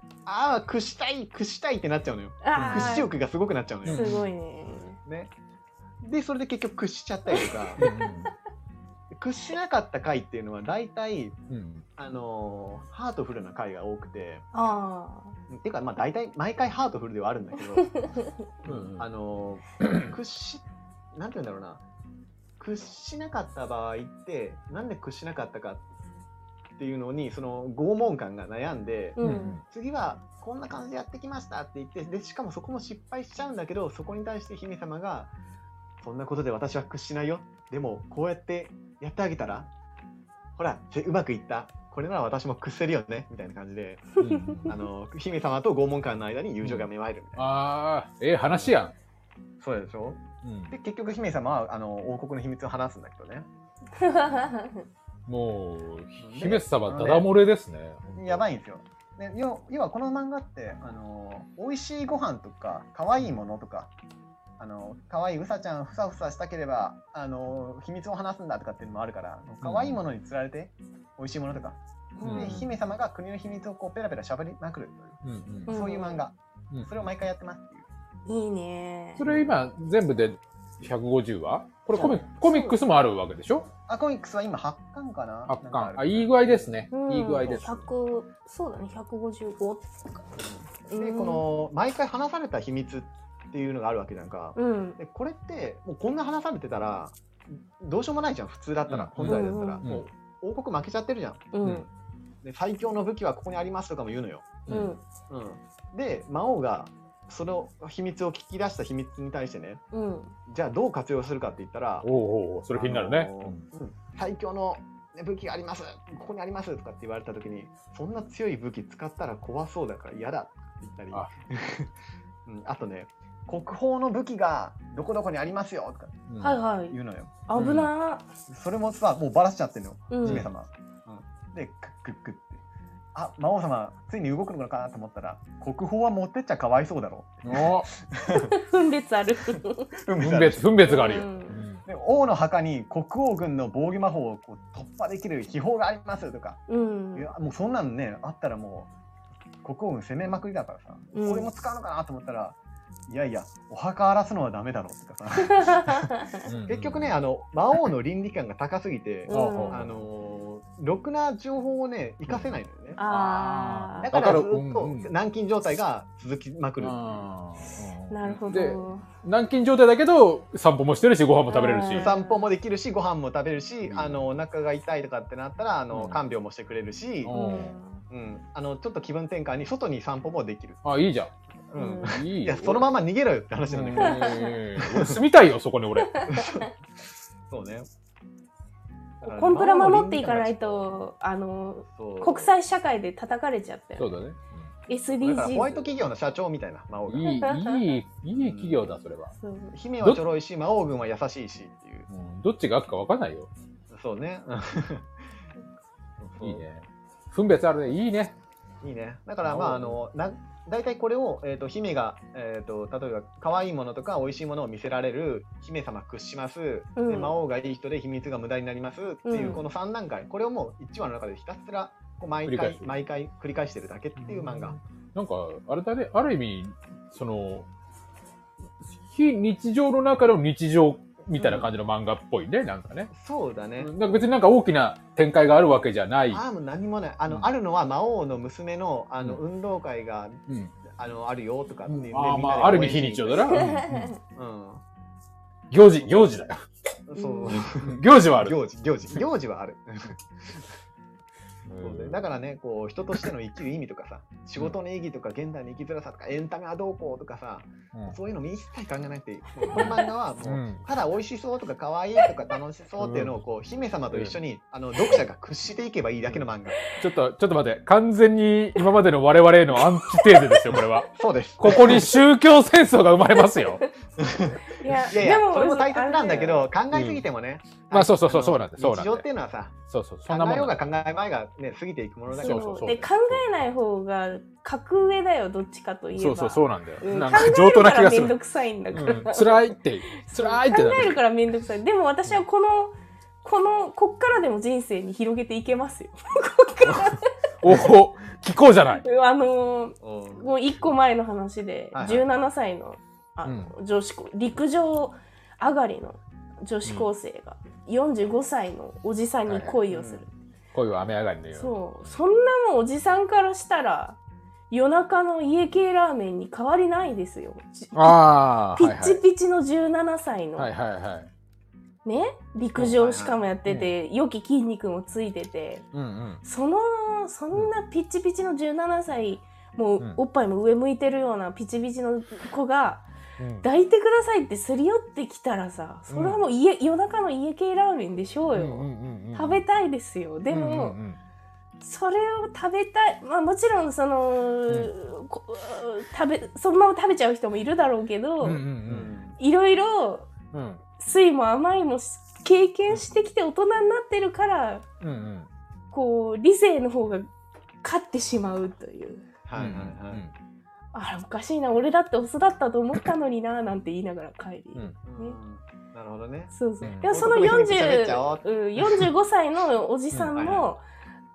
Speaker 3: うああ屈したい屈したいってなっちゃうのよ
Speaker 1: あ
Speaker 3: 屈
Speaker 1: あ
Speaker 3: し欲がすごくなっちゃうのよ
Speaker 1: すごいね
Speaker 3: ね、でそれで結局屈しちゃったりとか屈しなかった回っていうのは大体
Speaker 2: うんうん
Speaker 3: あのーハートフルな回が多くて
Speaker 1: あ
Speaker 3: ていうかまあ大体毎回ハートフルではあるんだけど、
Speaker 2: うんうん
Speaker 3: あのー屈しなんて言うんだろうな屈しなかった場合ってなんで屈しなかったかっていうのにその拷問感が悩んで、
Speaker 1: あ、 うん、
Speaker 3: 次はこんな感じでやってきましたって言ってでしかもそこも失敗しちゃうんだけどそこに対して姫様が「そんなことで私は屈しないよでもこうやってやってあげたらほらせうまくいったこれなら私も屈せるよね」みたいな感じで
Speaker 2: うんうん
Speaker 3: あの姫様と拷問官の間に友情が芽生えるみたいな、
Speaker 2: ああ、ええ話や
Speaker 3: そうでしょ
Speaker 2: ん。うん
Speaker 3: で結局姫様はあの王国の秘密を話すんだけどね
Speaker 2: もう、姫様、ダダ漏れですね。
Speaker 3: やば
Speaker 2: い。
Speaker 3: いんですよで要要はこの漫画ってあの美味しいご飯とか可愛いものとかあの可愛いうさちゃんふさふさしたければあの秘密を話すんだとかっていうのもあるから可愛いものにつられて美味しいものとか、
Speaker 2: うん
Speaker 3: で姫様が国の秘密をこうペラペラしゃべりまくると
Speaker 2: うんう
Speaker 3: い
Speaker 2: ん
Speaker 3: うそういう漫画、
Speaker 2: うん
Speaker 3: それを毎回やってますっていう
Speaker 1: いいね
Speaker 2: それ今、全部で150話これコミ
Speaker 3: そう
Speaker 2: コミックスもあるわけでしょ
Speaker 3: あコミックスは今8巻かな
Speaker 2: 圧
Speaker 3: なんか
Speaker 2: 巻。
Speaker 3: る
Speaker 2: あ、いい具合ですね
Speaker 1: う。ん
Speaker 2: いい具合です。
Speaker 1: 100そうだね155
Speaker 3: でこの毎回話された秘密っていうのがあるわけじゃんか、
Speaker 1: うん
Speaker 3: でこれってもうこんな話されてたらどうしようもないじゃん普通だったら、
Speaker 2: うん
Speaker 3: 本来だったら、
Speaker 1: うん
Speaker 2: うん
Speaker 3: もう王国負けちゃってるじゃん
Speaker 1: うん
Speaker 2: う
Speaker 1: うんん
Speaker 3: で最強の武器はここにありますとかも言うのよ、
Speaker 1: うん
Speaker 3: うん、で魔王がその秘密を聞き出した秘密に対してね
Speaker 1: うん
Speaker 3: じゃあどう活用するかって言ったら
Speaker 2: おうおうおう、それ気になる
Speaker 3: あ
Speaker 2: ね。
Speaker 3: のーうん最強のね武器がありますここにありますとかって言われた時にそんな強い武器使ったら怖そうだから嫌だって言ったり
Speaker 2: あ
Speaker 3: あ, 、うん、あとね国宝の武器がどこどこにありますよとか
Speaker 2: うん
Speaker 1: はいはい
Speaker 3: 言うのよ
Speaker 1: 危な
Speaker 3: それもさもうバラしちゃってるの
Speaker 1: うん
Speaker 3: 姫様、うんでクックックッってあ魔王様ついに動くのかなと思ったら国宝は持ってっちゃかわいそうだろ
Speaker 2: お
Speaker 1: 分裂ある
Speaker 3: 分
Speaker 2: 分別、分別があるよ。
Speaker 1: う
Speaker 2: うんん
Speaker 3: で王の墓に国王軍の防御魔法をこう突破できる秘宝がありますとか、
Speaker 1: うん
Speaker 3: いやもうそんなのねあったらもう国王軍攻めまくりだからさ、
Speaker 1: うん
Speaker 3: これも使うのかなと思ったらいやいやお墓荒らすのはダメだろうとかさ結局ね、あの魔王の倫理観が高すぎ て、
Speaker 1: うん
Speaker 3: あのーろくな情報をね生かせないのよね、
Speaker 1: あ
Speaker 3: だ
Speaker 1: あ
Speaker 3: から
Speaker 2: わ
Speaker 3: ず
Speaker 2: か
Speaker 3: っ
Speaker 2: る
Speaker 3: と
Speaker 2: うんうん
Speaker 3: 軟禁状態が続きまくる。
Speaker 2: あー
Speaker 1: なるほ
Speaker 2: で
Speaker 1: ど
Speaker 2: 軟禁状態だけど散歩もしてるしご飯も食べれるし
Speaker 1: うん
Speaker 3: 散歩もできるしご飯も食べるし、
Speaker 2: うん
Speaker 3: あのお腹が痛いとかってなったらあの、
Speaker 2: うん
Speaker 3: 看病もしてくれるし、
Speaker 2: う
Speaker 1: うんん
Speaker 3: うん、あのちょっと気分転換に外に散歩もできる、
Speaker 2: あいいじゃ
Speaker 3: う
Speaker 1: うんん
Speaker 2: んいい
Speaker 3: いやそのま
Speaker 2: ま
Speaker 3: ま逃げろよって話なんだけど、
Speaker 2: 住みたいよそこに俺
Speaker 3: そうね
Speaker 1: コンプラ守っていかないとあの
Speaker 3: そう
Speaker 1: 国際社会で叩かれちゃった
Speaker 2: そ
Speaker 1: よ
Speaker 2: うだね
Speaker 3: だからホワイト
Speaker 1: SDGs
Speaker 3: 企業の社長みたいな魔王
Speaker 2: う
Speaker 3: が
Speaker 2: んいいいいいい企業だそれは
Speaker 1: そう
Speaker 3: 姫はちょろいし魔王軍は優しいしっていう
Speaker 2: うんどっちが悪か分かんないよ
Speaker 3: そうねそ う
Speaker 2: いいね分別あるねいいね
Speaker 3: いいね。だからまああのな大体これを、えー、と姫が、えー、と例えば可愛いものとか美味しいものを見せられる姫様屈します、
Speaker 1: うん
Speaker 3: で魔王がいい人で秘密が無駄になりますっていう、
Speaker 1: うん
Speaker 3: この3段階これをもう1話の中でひたすらこう毎
Speaker 2: 繰り返
Speaker 3: 回
Speaker 2: す
Speaker 3: 毎回繰り返してるだけっていう漫画。
Speaker 2: なんかあれだねある意味その非日常の中の日常みたいな感じの漫画っぽいねなんかね
Speaker 3: そうだね。
Speaker 2: なんか別になんか大きな展開があるわけじゃない
Speaker 3: ああもう何もないあの、
Speaker 2: うん
Speaker 3: あるのは魔王の娘のあの、
Speaker 2: う
Speaker 3: 運動会が
Speaker 2: うん
Speaker 3: あのあるよとかっていうね、
Speaker 2: あー
Speaker 3: みん
Speaker 2: ま
Speaker 3: なで
Speaker 2: あある意
Speaker 3: 応援し
Speaker 2: 味
Speaker 3: に
Speaker 2: 非日常
Speaker 3: 行く
Speaker 2: だなうん行事行事だよ
Speaker 3: うんそう
Speaker 2: 行事はある
Speaker 3: 行事 行事行事はあるそうねだからねこう人としての生きる意味とかさ仕事の意義とか現代の生きづらさとかエンタメはどうこうとかさ
Speaker 2: う
Speaker 3: そういうのも一切考えなくていい もうこの漫画は
Speaker 2: んう
Speaker 3: もうんただ美味しそうとか可愛いとか楽しそうっていうのをこう姫様と一緒にあの読者が屈していけばいいだけの漫画
Speaker 2: ちょっとちょっと待って完全に今までの我々へのアンチテーゼですよこれは
Speaker 3: そうです
Speaker 2: ここに宗教戦争が生まれますよ
Speaker 1: いや
Speaker 3: いやいや
Speaker 1: でも
Speaker 3: それも大切なんだけ
Speaker 1: あ
Speaker 3: ど考えすぎてもね
Speaker 2: うんまあそうそうそう
Speaker 3: の
Speaker 2: そうなんだそうなんだ
Speaker 3: 日常っていうのはさ
Speaker 2: そうそうそんな
Speaker 3: 考
Speaker 2: も
Speaker 3: えようんが
Speaker 2: だ
Speaker 3: 考えまいがね過ぎていくもの
Speaker 1: れ
Speaker 3: だ
Speaker 1: だ
Speaker 3: か
Speaker 1: よ
Speaker 2: そう
Speaker 3: ら
Speaker 2: そうそう
Speaker 1: で考えない方が格上だよどっちかといえば
Speaker 2: そうそうそうなんだ
Speaker 1: う
Speaker 2: よ
Speaker 1: ん
Speaker 2: なん
Speaker 1: 考
Speaker 2: か
Speaker 1: え
Speaker 2: 上
Speaker 1: る
Speaker 2: 等な
Speaker 1: から
Speaker 2: 気がす
Speaker 1: めんど
Speaker 2: る
Speaker 1: くさいんだか
Speaker 2: うん
Speaker 1: ら
Speaker 2: 辛いって辛いって
Speaker 1: 考
Speaker 2: なる
Speaker 1: えるからめんどくさいでも私はこのこのこっからでも人生に広げていけますよこっか
Speaker 2: おお聞こうじゃない
Speaker 1: らあのー
Speaker 3: うん
Speaker 1: もう一個前の話で
Speaker 3: はいはい
Speaker 1: 17歳のあ
Speaker 2: う
Speaker 1: の女子高陸上上がりの女子高生が45歳のおじさんに恋をする、
Speaker 2: 恋は雨上がりのように
Speaker 1: そうそんなもんおじさんからしたら夜中の家系ラーメンに変わりないですよじ
Speaker 2: ああ
Speaker 1: ピ
Speaker 2: はい
Speaker 1: ッチピチの17歳の、
Speaker 2: はいはいはいはい
Speaker 1: ね陸上しかもやってて、良き筋肉もついてて
Speaker 2: うんうん
Speaker 1: そのそんなピッチピチの17歳も
Speaker 2: う
Speaker 1: うんおっぱいも上向いてるようなピチピチの子が
Speaker 2: うん
Speaker 1: 抱いてくださいってすり寄ってきたらさそれはもう家、夜中の家系ラーメンでしょうよ、
Speaker 2: うんうんうんうん
Speaker 1: 食べたいですよでも、
Speaker 2: うんうん
Speaker 1: それを食べたい、まあ、もちろんその、こ食べそのまま食べちゃう人もいるだろうけど、
Speaker 2: うんうん
Speaker 3: う
Speaker 1: いろいろ
Speaker 2: うんうん
Speaker 1: 酸いも甘いもし経験してきて大人になってるから
Speaker 2: うんうん
Speaker 1: こう理性の方が勝ってしまうという
Speaker 3: はいはいはい。
Speaker 1: あらおかしいな俺だってオスだったと思ったのにななんて言いながら帰り、
Speaker 2: うん
Speaker 3: うんなるほどね。
Speaker 1: そうそう
Speaker 2: うん
Speaker 1: でもその
Speaker 3: 男の人に喋っちゃお
Speaker 1: 40、うん、45歳のおじさんも、
Speaker 3: うんはい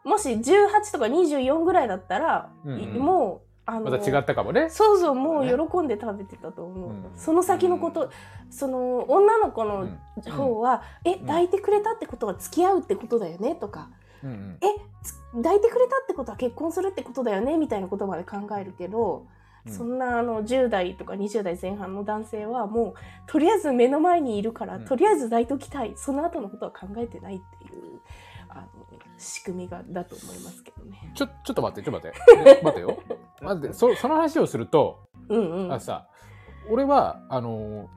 Speaker 1: もし18とか24ぐらいだったら、
Speaker 2: うん
Speaker 1: いもうあの
Speaker 2: また違ったかもね
Speaker 1: そうそうもう喜んで食べてたと思う、
Speaker 2: うん
Speaker 1: その先のこと、その女の子
Speaker 2: う
Speaker 1: の
Speaker 2: ん
Speaker 1: 方は「え
Speaker 2: ん
Speaker 1: 抱いてくれたってことは付き合うってことだよね」とか
Speaker 2: うんうん
Speaker 1: 「えつ抱いてくれたってことは結婚するってことだよね」みたいなことまで考えるけど、
Speaker 2: うん
Speaker 1: そんなあの10代とか20代前半の男性はもうとりあえず目の前にいるから、
Speaker 2: うん
Speaker 1: とりあえず抱いときたいその後のことは考えてないっていうあの仕組みがだと思いますけどね。
Speaker 2: ちょちょっと待ってちょっと 待ってえ待てよ待ってそその話をすると
Speaker 1: うんうん
Speaker 2: あさ俺はあのー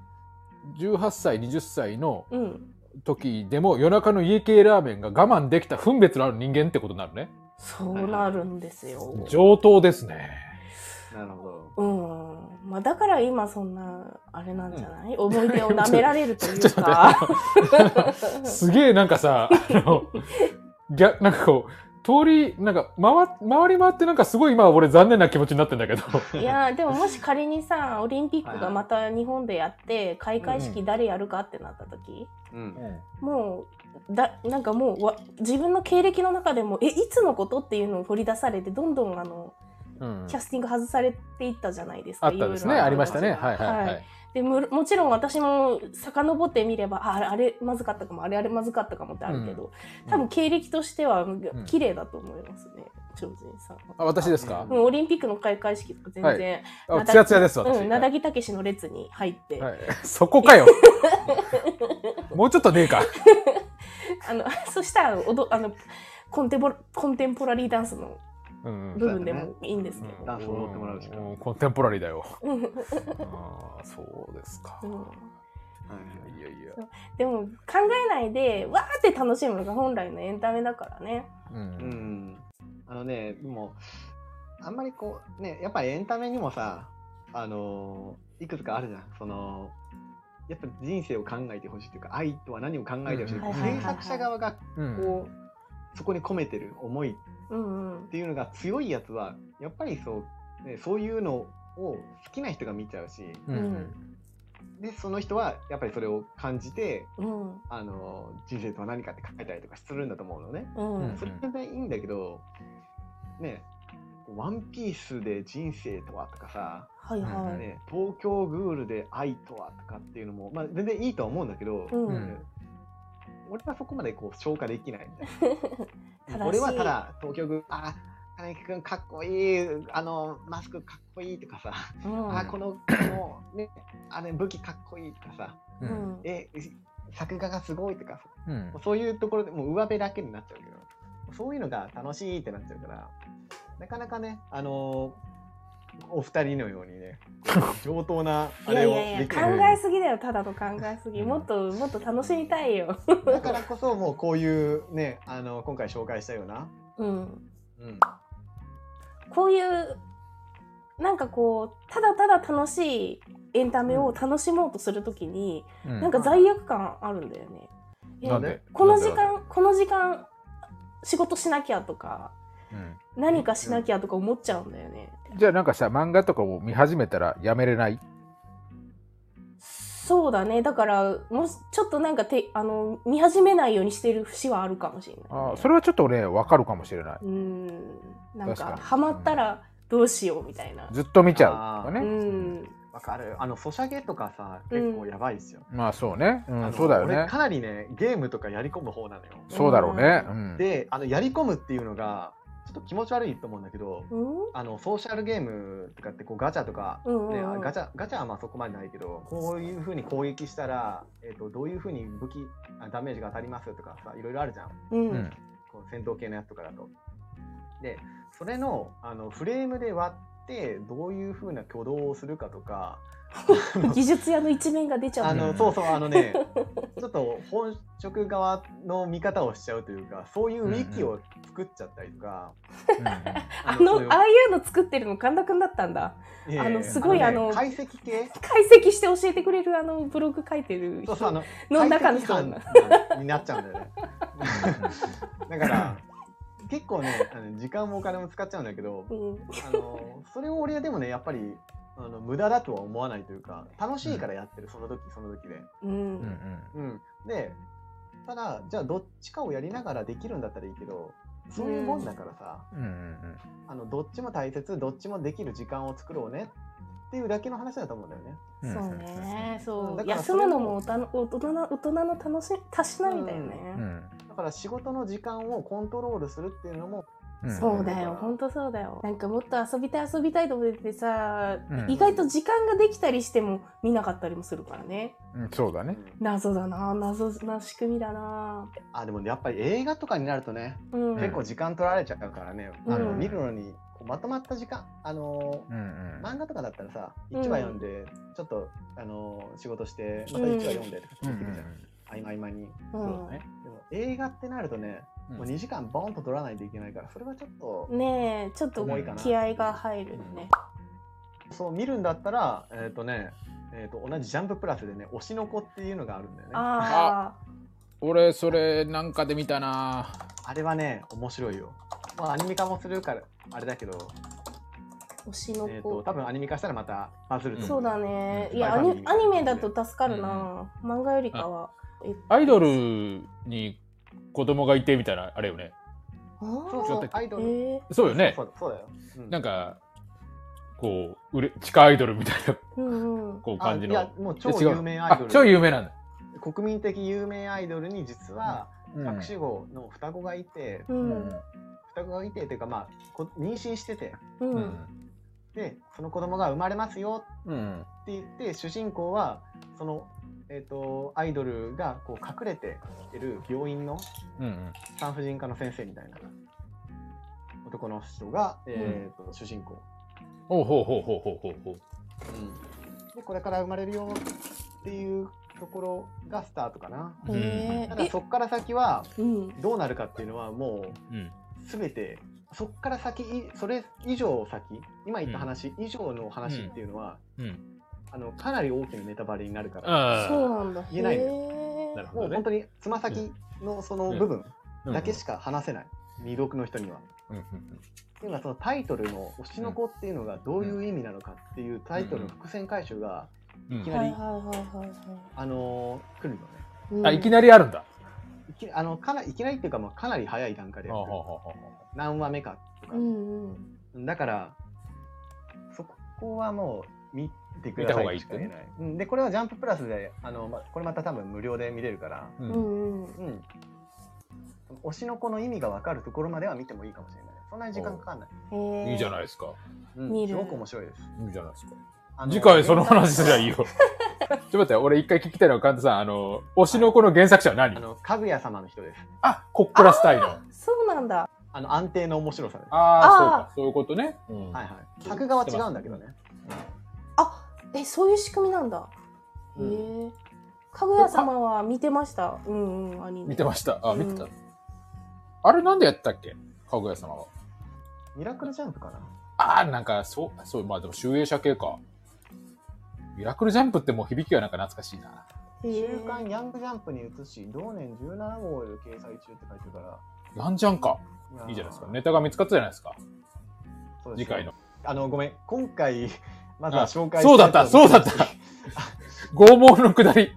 Speaker 2: 18歳20歳の
Speaker 1: うん、
Speaker 2: 時でも夜中の家系ラーメンが我慢できた分別のある人間ってことになるね
Speaker 1: そうなるんですよ。
Speaker 2: 上等ですね
Speaker 3: なるほ
Speaker 1: うんまあ、だから今そんなあれなんじゃない、思い出を舐められるとい
Speaker 2: ちょ
Speaker 1: う
Speaker 2: っと待
Speaker 1: か
Speaker 2: すげえなんかさあのぎゃなんかこう通りなんか回回り回ってなんかすごい今俺残念な気持ちになってんだけど
Speaker 1: いやでももし仮にさオリンピックがまた日本でやって開会式誰やるかってなった時、
Speaker 3: ど。うん。
Speaker 1: もうだなんかもうわ自分の経歴の中でもえいつのことっていうのを掘り出されてどんどんあの
Speaker 2: うんうん
Speaker 1: キャスティング外されていったじゃないですか、
Speaker 2: あったです
Speaker 1: い
Speaker 2: ね
Speaker 1: ろいろ
Speaker 2: ありましたねはいはいはい、
Speaker 1: はいでむもちろん私も遡ってみればああれあれまずかったかもあれあれまずかったかもってあるけど、
Speaker 2: うん
Speaker 1: 多分経歴としてはうん
Speaker 2: ん
Speaker 1: 綺麗だと思いますね、超人さんは。
Speaker 2: あ私ですか
Speaker 3: う
Speaker 1: もうオリンピックの開会式とか全然、
Speaker 2: あツヤツヤです私、
Speaker 1: うん、なだぎたけしの列に入って、
Speaker 2: はい、そこかよもうちょっとねえか
Speaker 1: あのそしたらおどあのコンテボコンテンポラリーダンスの
Speaker 2: うんうん
Speaker 1: 部分でもいいんですけ
Speaker 3: うん
Speaker 1: ど、
Speaker 3: ダンス踊ってもらうしか
Speaker 2: んコンテンポラリーだよ。
Speaker 1: うん
Speaker 2: ああ、そうですか。
Speaker 1: う
Speaker 2: い
Speaker 1: ん
Speaker 2: やいやいや。
Speaker 1: でも考えないでわーって楽しむのが本来のエンタメだからね。
Speaker 2: う。
Speaker 3: うんん。あのね、でも、あんまりこう、ね、やっぱエンタメにもさ、あのー、いくつかあるじゃん。その、やっぱ人生を考えてほしいというか、愛とは何を考えてほしい。
Speaker 2: うん
Speaker 1: はいはいはいはい
Speaker 3: 制作者側が
Speaker 2: うん。
Speaker 3: こう、そこに込めてる思いっ
Speaker 1: うんうん
Speaker 3: ていうのが強いやつは、やっぱりそう、ね、そういうのを好きな人が見ちゃうし、
Speaker 2: うんうん。
Speaker 3: で、その人はやっぱりそれを感じて、
Speaker 1: うん
Speaker 3: あの人生とは何かって書いたりとかするんだと思うのね。
Speaker 1: うん
Speaker 2: うん
Speaker 3: それでいいんだけど、ねえワンピースで人生とはとかさ、
Speaker 1: はいはい。
Speaker 3: ねえ、東京グールで愛とはとかっていうのも、まあ、全然いいとは思うんだけど、
Speaker 1: うん
Speaker 3: 俺はそこまでこう消化できないんだよ
Speaker 1: 正しい
Speaker 3: 俺はただ東京グール、あ金木君かっこいい、あのマスクかっこいいとかさ、
Speaker 1: うん
Speaker 3: あこのこの、ね、あれ武器かっこいいとかさ、
Speaker 2: う。
Speaker 1: うんん
Speaker 3: え作画がすごいとかさ、
Speaker 2: うん
Speaker 3: もうそういうところでもう上辺だけになっちゃうけど、そういうのが楽しいってなっちゃうから、なかなかね、あのーお二人のように ね、上等ないあ
Speaker 1: や
Speaker 3: れ
Speaker 1: い
Speaker 3: を
Speaker 1: やいや
Speaker 3: でき
Speaker 1: 考
Speaker 3: る。
Speaker 1: えすぎだよただの考えすぎ
Speaker 2: うん
Speaker 1: もっともっと楽しみたいよ、
Speaker 3: だからこそ、もうこういうね、あの今回紹介したような、
Speaker 1: うん、
Speaker 3: うん、
Speaker 1: こういうなんかこうただただ楽しいエンタメを楽しもうとするときに、
Speaker 2: うん
Speaker 1: なんか罪悪感あるんだよね、え
Speaker 2: なんで
Speaker 1: この時
Speaker 2: なん
Speaker 1: 間この時間仕事しなきゃとか
Speaker 2: でうん
Speaker 1: 何かしなきゃとか思っちゃうんだよね、
Speaker 2: じゃあなんかさ、漫画とかを見始めたらやめれない
Speaker 1: そうだねだからもしちょっとなんかてあの見始めないようにしてる節はあるかもしれない、ね、。
Speaker 2: あーそれはちょっと俺わかるかもしれないう
Speaker 1: んなん
Speaker 2: 確か
Speaker 1: か
Speaker 2: に
Speaker 1: ハマったらどうしようみたいな。
Speaker 2: ずっと見ちゃうとか
Speaker 1: う
Speaker 2: ね。
Speaker 1: ん、
Speaker 3: わかるあのソシャゲとかさ結構やばいっすよ、
Speaker 4: まあそうね、う
Speaker 3: あ
Speaker 4: ん、
Speaker 3: の
Speaker 4: そうだよ
Speaker 3: 俺
Speaker 4: ね
Speaker 3: かなりねゲームとかやり込む方なのよ、
Speaker 4: そうだろうね、うん、
Speaker 3: であのやり込むっていうのがちょっと気持ち悪いと思うんだけど
Speaker 1: うん
Speaker 3: あのソーシャルゲームとかってこうガチャとか、ね
Speaker 1: うんうんうん
Speaker 3: ガチャガチャはまあそこまでないけどこういうふうに攻撃したら、えー、とどういうふうに武器あダメージが当たりますとかさいろいろあるじゃん
Speaker 1: うん
Speaker 4: うん
Speaker 3: この戦闘系のやつとかだと。でそれのあのフレームで割ってどういうふうな挙動をするかとかあの
Speaker 1: 技術屋の一面が出ちゃ
Speaker 3: あ
Speaker 1: う。
Speaker 3: の
Speaker 4: うん
Speaker 3: そうそうあの ねちょっと本職側の見方をしちゃうというかそういうウィキを作っちゃったりとか、
Speaker 1: あ
Speaker 3: そういう
Speaker 1: の、ああいうの作ってるの神田くんだったんだ。
Speaker 3: いや
Speaker 1: あ
Speaker 3: いや
Speaker 1: のすごいあの
Speaker 3: 解析系
Speaker 1: 解析して教えてくれるあのブログ書いてる
Speaker 3: そうそうあ
Speaker 1: 人
Speaker 3: の
Speaker 1: の中の
Speaker 3: 解析
Speaker 1: 人
Speaker 3: 官になっちゃうんだよねだから結構ねあの時間もお金も使っちゃうんだけど
Speaker 1: うん
Speaker 3: あのそれを俺はでもねやっぱりあの無駄だとは思わないというか楽しいからやってるその時その時で。
Speaker 1: う
Speaker 4: うんうん
Speaker 1: ん
Speaker 3: うん、でただじゃあどっちかをやりながらできるんだったらいいけどそういうもんだからさ、
Speaker 4: うんうん
Speaker 3: あのどっちも大切どっちもできる時間を作ろうねっていうだけの話だと思うんだよね。
Speaker 4: うん
Speaker 1: そうね、
Speaker 3: う
Speaker 1: そ
Speaker 3: ん
Speaker 1: う
Speaker 3: だから
Speaker 1: 休むのもおたの大人の大人の楽しみたしなみだよ
Speaker 4: う
Speaker 1: ね。
Speaker 4: ん
Speaker 3: だから仕事の時間をコントロールするっていうのも、
Speaker 4: うん
Speaker 1: そうだよ、本当そうだよ。なんかもっと遊びたい遊びたいと思ってさ、
Speaker 4: うん
Speaker 1: 意外と時間ができたりしても見なかったりもするからね。
Speaker 4: うんそうだ
Speaker 3: う
Speaker 4: ね
Speaker 3: ん
Speaker 1: 謎だな、謎な仕組みだな。
Speaker 3: あでもねやっぱり映画とかになるとね、
Speaker 1: うん、
Speaker 3: 結構時間取られちゃうからね、あの
Speaker 1: うん
Speaker 3: 見るのにこうまとまった時間あの
Speaker 4: う
Speaker 3: ー
Speaker 4: んうん
Speaker 3: 漫画とかだったらさ
Speaker 1: うん
Speaker 3: 1話読んで、ちょっとあのー仕事してまた1話読んでとか
Speaker 4: うんう
Speaker 3: で
Speaker 4: ん
Speaker 3: きるじゃん、合間合間に
Speaker 1: うん
Speaker 4: ね
Speaker 3: でも映画ってなるとね、もう2時間ボンと取らないといけないからそれはちょっと、
Speaker 1: ねえ、ちょっと
Speaker 3: 重いかな
Speaker 1: 気合が入るよね。
Speaker 3: そう見るんだったらえっ、とねえー、と同じジャンププラスでね推しの子っていうのがあるんだよねあ
Speaker 1: ああ、
Speaker 4: 俺それなんかで見たな
Speaker 3: れはね面白いよまあアニメ化もするからあれだけど、
Speaker 1: 推しの
Speaker 3: えー、
Speaker 1: 子
Speaker 3: と。多分アニメ化したらまたバズると思
Speaker 1: そうだね。いや、
Speaker 3: う
Speaker 1: ア
Speaker 3: ん
Speaker 1: ニアニメだと助かるな。漫画よりかは。え
Speaker 2: アイドルに子供がいてみたいなあれよね
Speaker 1: あ
Speaker 3: そう
Speaker 1: ー
Speaker 3: そうアイドル、
Speaker 1: え
Speaker 2: そうよね
Speaker 3: そうそうだよ、うん
Speaker 2: なんかこううれ地下アイドルみたいな
Speaker 1: ーうんうん。
Speaker 2: こう
Speaker 3: あ
Speaker 2: 感じ
Speaker 3: い
Speaker 2: の
Speaker 3: やもう
Speaker 4: え
Speaker 3: 超
Speaker 4: 違う
Speaker 3: 有名アイ
Speaker 4: あ
Speaker 3: ドル
Speaker 4: 超有名なんだ
Speaker 3: 国民的有名アイドルに実は
Speaker 4: うん
Speaker 3: 学士号の双子がいて、
Speaker 1: う。
Speaker 4: うんん
Speaker 3: 双子がいてっていうかまあこ妊娠してて
Speaker 1: う
Speaker 4: う
Speaker 1: ん。うんん。
Speaker 3: でその子供が生まれますよ
Speaker 4: うん
Speaker 3: って言って主人公はその、えー、とアイドルがこう隠れている病院の
Speaker 4: うん
Speaker 3: 産婦人科の先生みたいな男の人が、えーと主人公、
Speaker 2: ほうほうほうほうほうほうほう
Speaker 3: でこれから生まれるよっていうところがスタートかな
Speaker 1: へえ
Speaker 3: ただ
Speaker 1: え、
Speaker 3: そっから先は
Speaker 1: うん。
Speaker 3: どうなるかっていうのはも
Speaker 2: うん
Speaker 3: うすべてそっから先いそれ以上先今言った話以上の話っていうのは、
Speaker 2: うん
Speaker 3: あのかなり大きなネタバレになるから、
Speaker 2: あ
Speaker 1: そうなんだ。
Speaker 3: 言えないの
Speaker 1: へ
Speaker 2: な
Speaker 1: え
Speaker 2: る。ほど
Speaker 3: もう
Speaker 2: ね
Speaker 3: 本当につま先のその部分
Speaker 4: うん
Speaker 3: だけしか話せない、未読の人には。
Speaker 4: うんうん
Speaker 3: っていうのはそのタイトルの「推しの子」っていうのがどういう意味なのかっていうタイトルの伏線回収が、
Speaker 2: うん
Speaker 3: いき
Speaker 1: は
Speaker 3: ない
Speaker 1: はい
Speaker 3: り、
Speaker 1: はいはいは
Speaker 3: あのー来るのね。
Speaker 1: いうん。
Speaker 2: あいきなりあるんだ
Speaker 3: いきあのかないきなりっていうか、まあ、かなり早い段階でや
Speaker 2: ほう
Speaker 3: っ
Speaker 2: ほ
Speaker 3: て
Speaker 2: う
Speaker 3: る
Speaker 2: ほうほうほ
Speaker 3: 何話目かとか
Speaker 1: う、んうん。
Speaker 3: だからそこはもう見てくださいしか言えないうんでこれは「ジャンププラスで」あのまこれまた多分無料で見れるから、
Speaker 4: うう
Speaker 1: うんんうん。
Speaker 3: うん、推しの子の意味が分かるところまでは見てもいいかもしれないそんなに時間かかんない、
Speaker 1: へえ。
Speaker 2: いいじゃ
Speaker 1: い。
Speaker 2: ないですか
Speaker 3: うん
Speaker 1: 見る
Speaker 3: すごく面白いです
Speaker 2: いいじゃないですか
Speaker 3: あの
Speaker 2: 次回その話すりゃいい よちょっと待って俺一回聞きたいのは神田さんあの推しの子の原作者は
Speaker 3: あ
Speaker 2: 何
Speaker 3: のかぐや様の人です
Speaker 2: あこっからしたいのあ
Speaker 1: そうなんだ。
Speaker 3: あの安定の面白さですは
Speaker 4: ああそう
Speaker 1: あ
Speaker 4: かそういうことねうん
Speaker 3: いはい作画は違うんだけどね
Speaker 1: あ、え、そういう仕組みなんだ。へ
Speaker 3: うん
Speaker 1: え。かぐや様は見てました。うんうん、アニメ。
Speaker 4: 見てましたあ見て
Speaker 1: う
Speaker 4: た
Speaker 1: ん
Speaker 4: あれなんでやってたっけかぐや様は
Speaker 3: ミラクルジャンプかな
Speaker 4: ああ、なんか、そう、そう、まあでも、集英社系か。ミラクルジャンプってもう響きはなんか懐かしいな。
Speaker 1: へえ
Speaker 3: 週刊ヤングジャンプに移し同年17号で掲載中って書いてるから
Speaker 4: ヤンジャンか。
Speaker 3: やー
Speaker 4: いいじゃないですか。ネタが見つかったじゃないですか。
Speaker 3: そうです
Speaker 4: 次
Speaker 3: よ
Speaker 4: 回の。
Speaker 3: あの、ごめん、今回、 まずは紹介
Speaker 4: あそうだった
Speaker 3: したいと思います
Speaker 4: そうだっ拷問のくだり。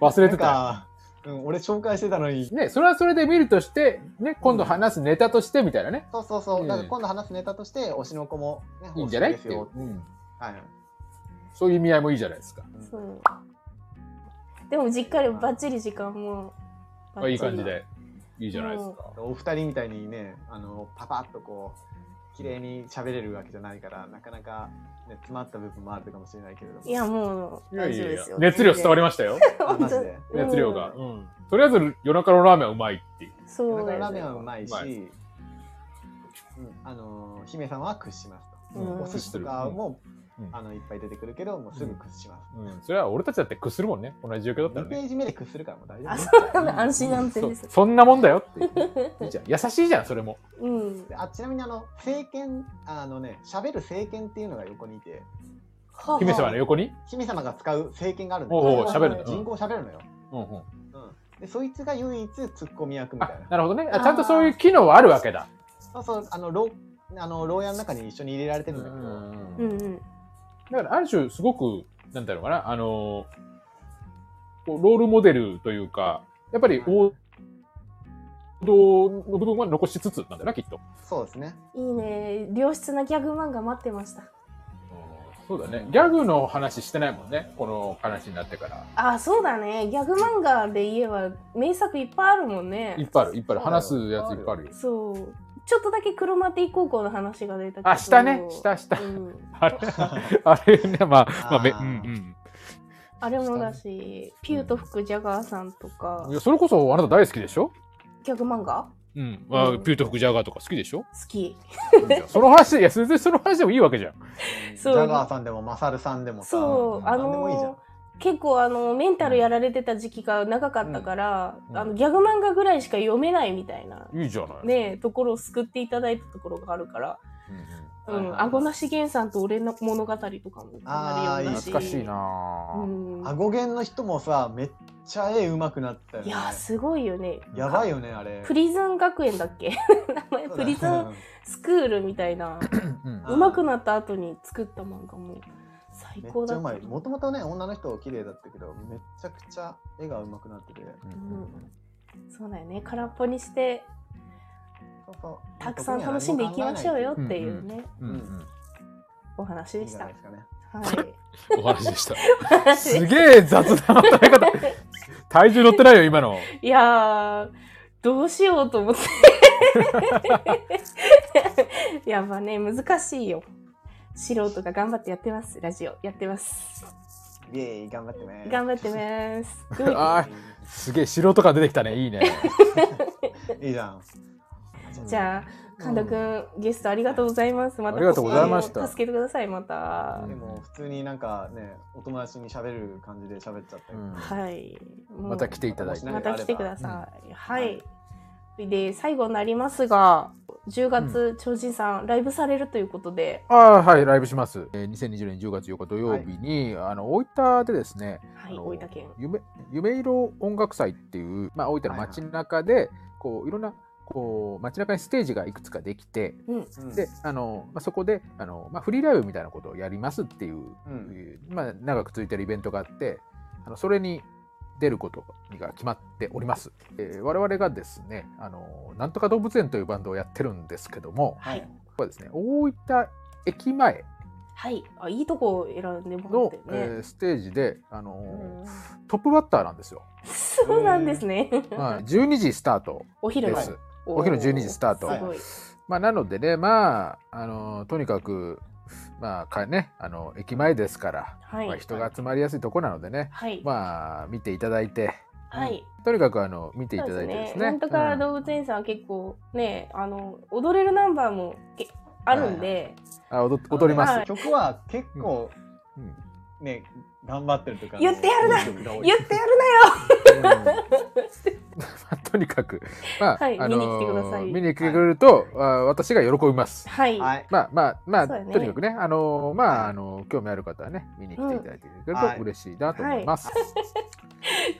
Speaker 4: 忘れて
Speaker 3: な
Speaker 4: た。
Speaker 3: んかうん、俺紹介してたのに。
Speaker 4: ね、それはそれで見るとして、ね、今度話すネタとしてみたいなね。
Speaker 3: そうそうそう。
Speaker 4: うん
Speaker 3: だから今度話すネタとして、推しの子も、ね、
Speaker 4: いいんじゃない
Speaker 3: お
Speaker 4: っ
Speaker 3: す
Speaker 4: て
Speaker 3: すめ
Speaker 4: い
Speaker 3: です
Speaker 4: う
Speaker 3: よ。。
Speaker 4: うん。
Speaker 3: はい。
Speaker 2: そういう意味合いもいいじゃないですか。
Speaker 1: そうでもじっかりバッチリ時間もバッ
Speaker 2: あ
Speaker 1: チリ
Speaker 2: いい感じで。いいじゃないですか。
Speaker 3: お二人みたいにね、あのパパッとこう、綺麗に喋れるわけじゃないから、なかなか、ね、詰まった部分もあるかもしれないけれども。
Speaker 1: いやもう
Speaker 2: いや
Speaker 1: 大
Speaker 2: い
Speaker 1: 丈夫
Speaker 2: やい
Speaker 1: で
Speaker 2: や
Speaker 1: すよ
Speaker 2: 熱量伝わり
Speaker 1: ま
Speaker 2: ましたよ。
Speaker 3: あマジで。
Speaker 1: うん
Speaker 2: 熱量が。うん。とりあえず夜中のラーメンはうまいっていう。
Speaker 1: すそ
Speaker 3: だ
Speaker 1: う
Speaker 3: か
Speaker 1: だよ
Speaker 3: らラーメ
Speaker 1: ね
Speaker 3: ンはうまいし、
Speaker 2: うまい
Speaker 3: うん、あのー姫さんは屈しますと。
Speaker 1: うん
Speaker 3: お寿司とかも、
Speaker 2: うん
Speaker 3: あのいっぱい出てくるけど、もうすぐ屈します。
Speaker 2: うん。それは俺たちだって屈するもんね。同じ状況だった
Speaker 3: 2
Speaker 2: ら
Speaker 3: ペ
Speaker 2: ね。
Speaker 3: ージ目で屈するからもう大丈
Speaker 1: あ
Speaker 3: 夫。
Speaker 1: そうなんだ安心安全です
Speaker 2: そそんなもんだよっていう。 いいじゃん。優しいじゃん、それも。
Speaker 1: うん
Speaker 3: であちなみにあの政権あのね喋る政権っていうのが横にいて
Speaker 1: はあはあ
Speaker 2: 姫様の横に
Speaker 3: 姫様が使う政権があるんだ
Speaker 2: お
Speaker 1: うおう
Speaker 3: よ
Speaker 1: 喋るんだ
Speaker 3: 人口喋るのよ、
Speaker 2: うんうん。
Speaker 3: うん、でそいつが唯一ツッコミ役み
Speaker 2: あ
Speaker 3: たいな、
Speaker 2: なるほどね。
Speaker 1: あ
Speaker 2: あ
Speaker 1: ー
Speaker 2: ちゃんとそういう機能はあるわけだ。
Speaker 3: そうそうあの牢あの牢屋の中に一緒に入れられてるんだけど、
Speaker 1: う
Speaker 2: だ
Speaker 1: んうん
Speaker 2: から、ある種、すごく、なんだろうのかな、あのー、こうロールモデルというか、やっぱり王道の部分は残しつつなんだよな、きっと。
Speaker 3: そうですね
Speaker 1: いいね良質なギャグ漫画待ってました
Speaker 2: そうだね。ギャグの話してないもんね、この話になってから。
Speaker 1: あそうだねギャグ漫画で言えば名作いっぱいあるもん
Speaker 2: いっ
Speaker 1: ね
Speaker 2: ぱいある、いっぱいある。
Speaker 3: そ
Speaker 2: 話す
Speaker 3: うだよ
Speaker 2: やついっぱいあるよ。
Speaker 1: そうちょっとだけクロマティ高校の話が出たけど
Speaker 2: あ、下ね、下、下
Speaker 1: う。ん、
Speaker 2: あれ、あれね、まあ、まあ、め
Speaker 3: あ
Speaker 2: う
Speaker 3: ー
Speaker 2: ん
Speaker 1: あれもだし、ピューと吹くジャガーさんとか
Speaker 2: うん。いや、それこそあなた大好きでしょ
Speaker 1: ギャグ漫画
Speaker 2: うん。あ
Speaker 1: うん
Speaker 2: ピュート・フク・ジャガーとか好きでしょ
Speaker 1: 好き
Speaker 2: いいじゃんその話、いや、全然その話でもいいわけじゃん。
Speaker 3: ジ
Speaker 1: そう
Speaker 3: ャガーさんでもマサルさんでもさ
Speaker 1: そうあ
Speaker 3: 何でもいいじゃ
Speaker 1: の
Speaker 3: ん
Speaker 1: 結構あのメンタルやられてた時期が長かったから、
Speaker 2: うん
Speaker 1: あのギャグ漫画ぐらいしか読めないみたいない
Speaker 2: いじゃない。
Speaker 1: ねところを救っていただいたところがあるから、
Speaker 2: うんうん
Speaker 1: う
Speaker 3: はい
Speaker 1: ん、
Speaker 3: はい
Speaker 1: 顎なし源さんと俺の物語とかもかなり読んだし
Speaker 2: 懐かしいな
Speaker 1: う
Speaker 2: ぁ。
Speaker 1: ん、
Speaker 3: 顎弦の人もさめっちゃ絵うまくなったよ
Speaker 1: い
Speaker 3: ね
Speaker 1: やすごいよね
Speaker 3: やばいよねあれ
Speaker 1: プリズン学園だっけ 名前プリズンスクールみたいな
Speaker 2: うん
Speaker 3: あー
Speaker 1: 上手くなった後に作った漫画も最
Speaker 3: めっ
Speaker 1: 高
Speaker 3: ちゃ
Speaker 1: だ
Speaker 3: う
Speaker 1: った
Speaker 3: まい。もともとね、女の人綺麗だったけど、めちゃくちゃ絵が上手くなってて。
Speaker 1: うんそうだよね空っぽにして
Speaker 3: そうそう
Speaker 1: たくさん楽しんでいきましょうよっていうね、
Speaker 2: うんうん
Speaker 1: お話
Speaker 3: いい
Speaker 1: で
Speaker 3: んじ
Speaker 1: し
Speaker 3: ゃ
Speaker 1: た
Speaker 3: ない
Speaker 1: は
Speaker 3: ですかね。
Speaker 1: い
Speaker 2: お話でした。す
Speaker 1: 話
Speaker 2: げえ雑なまとめ方。体重乗ってないよ、今の。
Speaker 1: いやーどうしようと思って やっぱね難しいよ素人が頑張ってやってますラジオやってます
Speaker 3: イエーイ、頑張ってね。
Speaker 1: 頑張ってますグー
Speaker 2: あーすげえ素人感出てきたね。いいね。
Speaker 3: いいじゃん。
Speaker 1: じゃあ神田くん、ゲストありがとうございますまた
Speaker 2: ありがとうご
Speaker 3: ざい
Speaker 2: ました
Speaker 1: 助けてくださいまた、
Speaker 3: でも、普通になんかね、お友達に喋る感じで喋っちゃった
Speaker 2: う
Speaker 3: よ。
Speaker 2: ん
Speaker 1: はいもう
Speaker 2: また来ていただいて。
Speaker 1: また来てください。は。
Speaker 3: はい
Speaker 1: で最後になりますが10月超人さん、ライブされるということで
Speaker 2: ああはい、ライブします。えー2020年10月4日土曜日に、あの、大分でですね、
Speaker 1: は
Speaker 2: あ
Speaker 1: い
Speaker 2: の
Speaker 1: 大分県
Speaker 2: 夢夢色音楽祭っていう、まあ、大分の街中で、こういろんなこう街中にステージがいくつかできて、
Speaker 3: うん
Speaker 2: で、あのまあ、そこであの、まあ、フリーライブみたいなことをやりますっていう、
Speaker 3: うん。
Speaker 2: まあ、長く続いてるイベントがあってあのそれに出ることが決まっております、えー我々がですねあのなんとか動物園というバンドをやってるんですけども
Speaker 1: はい
Speaker 2: ここはですね大分駅前
Speaker 1: はいあいいとこを選んでも
Speaker 2: の、
Speaker 1: らって
Speaker 2: え
Speaker 1: るね、
Speaker 2: ーステージであの、
Speaker 1: うん
Speaker 2: トップバッターなんですよ、
Speaker 1: そうなんですね、
Speaker 2: はい、12時スタート
Speaker 1: お昼
Speaker 2: で
Speaker 1: の
Speaker 2: す、お昼12時スタート
Speaker 1: すごい、
Speaker 2: まあ、なのでね、まあ、あのとにかく、まあかね、あの駅前ですから、
Speaker 1: はい
Speaker 2: まあ、人が集まりやすいとこなのでね、
Speaker 1: はい、
Speaker 2: まあ、見ていただいて、
Speaker 1: はい
Speaker 2: とにかくあの見てい
Speaker 1: そ
Speaker 2: た
Speaker 1: う
Speaker 2: だいてで
Speaker 1: ですすねな
Speaker 2: ね
Speaker 1: んと。か
Speaker 2: うん
Speaker 1: 動物園さんは結構ねあの踊れるナンバーもけあるんで、
Speaker 2: あ踊っ踊ります、
Speaker 1: はい
Speaker 3: 曲は結構
Speaker 2: うん
Speaker 3: ね、頑張ってるというか。
Speaker 1: 言ってやるな
Speaker 3: あのいい曲が多い
Speaker 1: 言ってやるな
Speaker 2: とにかく、まあ
Speaker 1: はい
Speaker 2: あ
Speaker 1: 見に来てください
Speaker 2: 見に来てくれると、あ私が喜びます。
Speaker 1: はい、
Speaker 3: はい。
Speaker 2: まあまあまあ、
Speaker 1: そうだね
Speaker 2: とにかくね、あのま
Speaker 3: は
Speaker 2: あ
Speaker 3: い
Speaker 2: あの興味ある方はね見に来ていただいてくれる
Speaker 3: うんはい
Speaker 2: と嬉しいなと思います。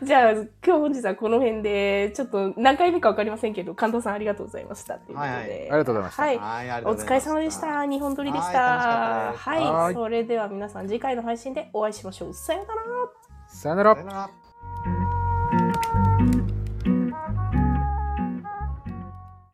Speaker 1: じゃあ今日本日はこの辺でちょっと何回目かわかりませんけど神田さんありがとうございましたということで、
Speaker 3: はいはいあ
Speaker 2: りがとうございました
Speaker 1: はい
Speaker 3: はい、ありがと
Speaker 1: お
Speaker 3: うござ
Speaker 1: 疲
Speaker 3: いま
Speaker 1: れ
Speaker 3: した
Speaker 1: 様でした。日本撮りでした。
Speaker 3: はい楽しかったです
Speaker 1: は、
Speaker 2: はいい
Speaker 1: それでは皆さん次回の配信でお会いしましょう。さようなら。
Speaker 2: さよなら
Speaker 3: さよ。なら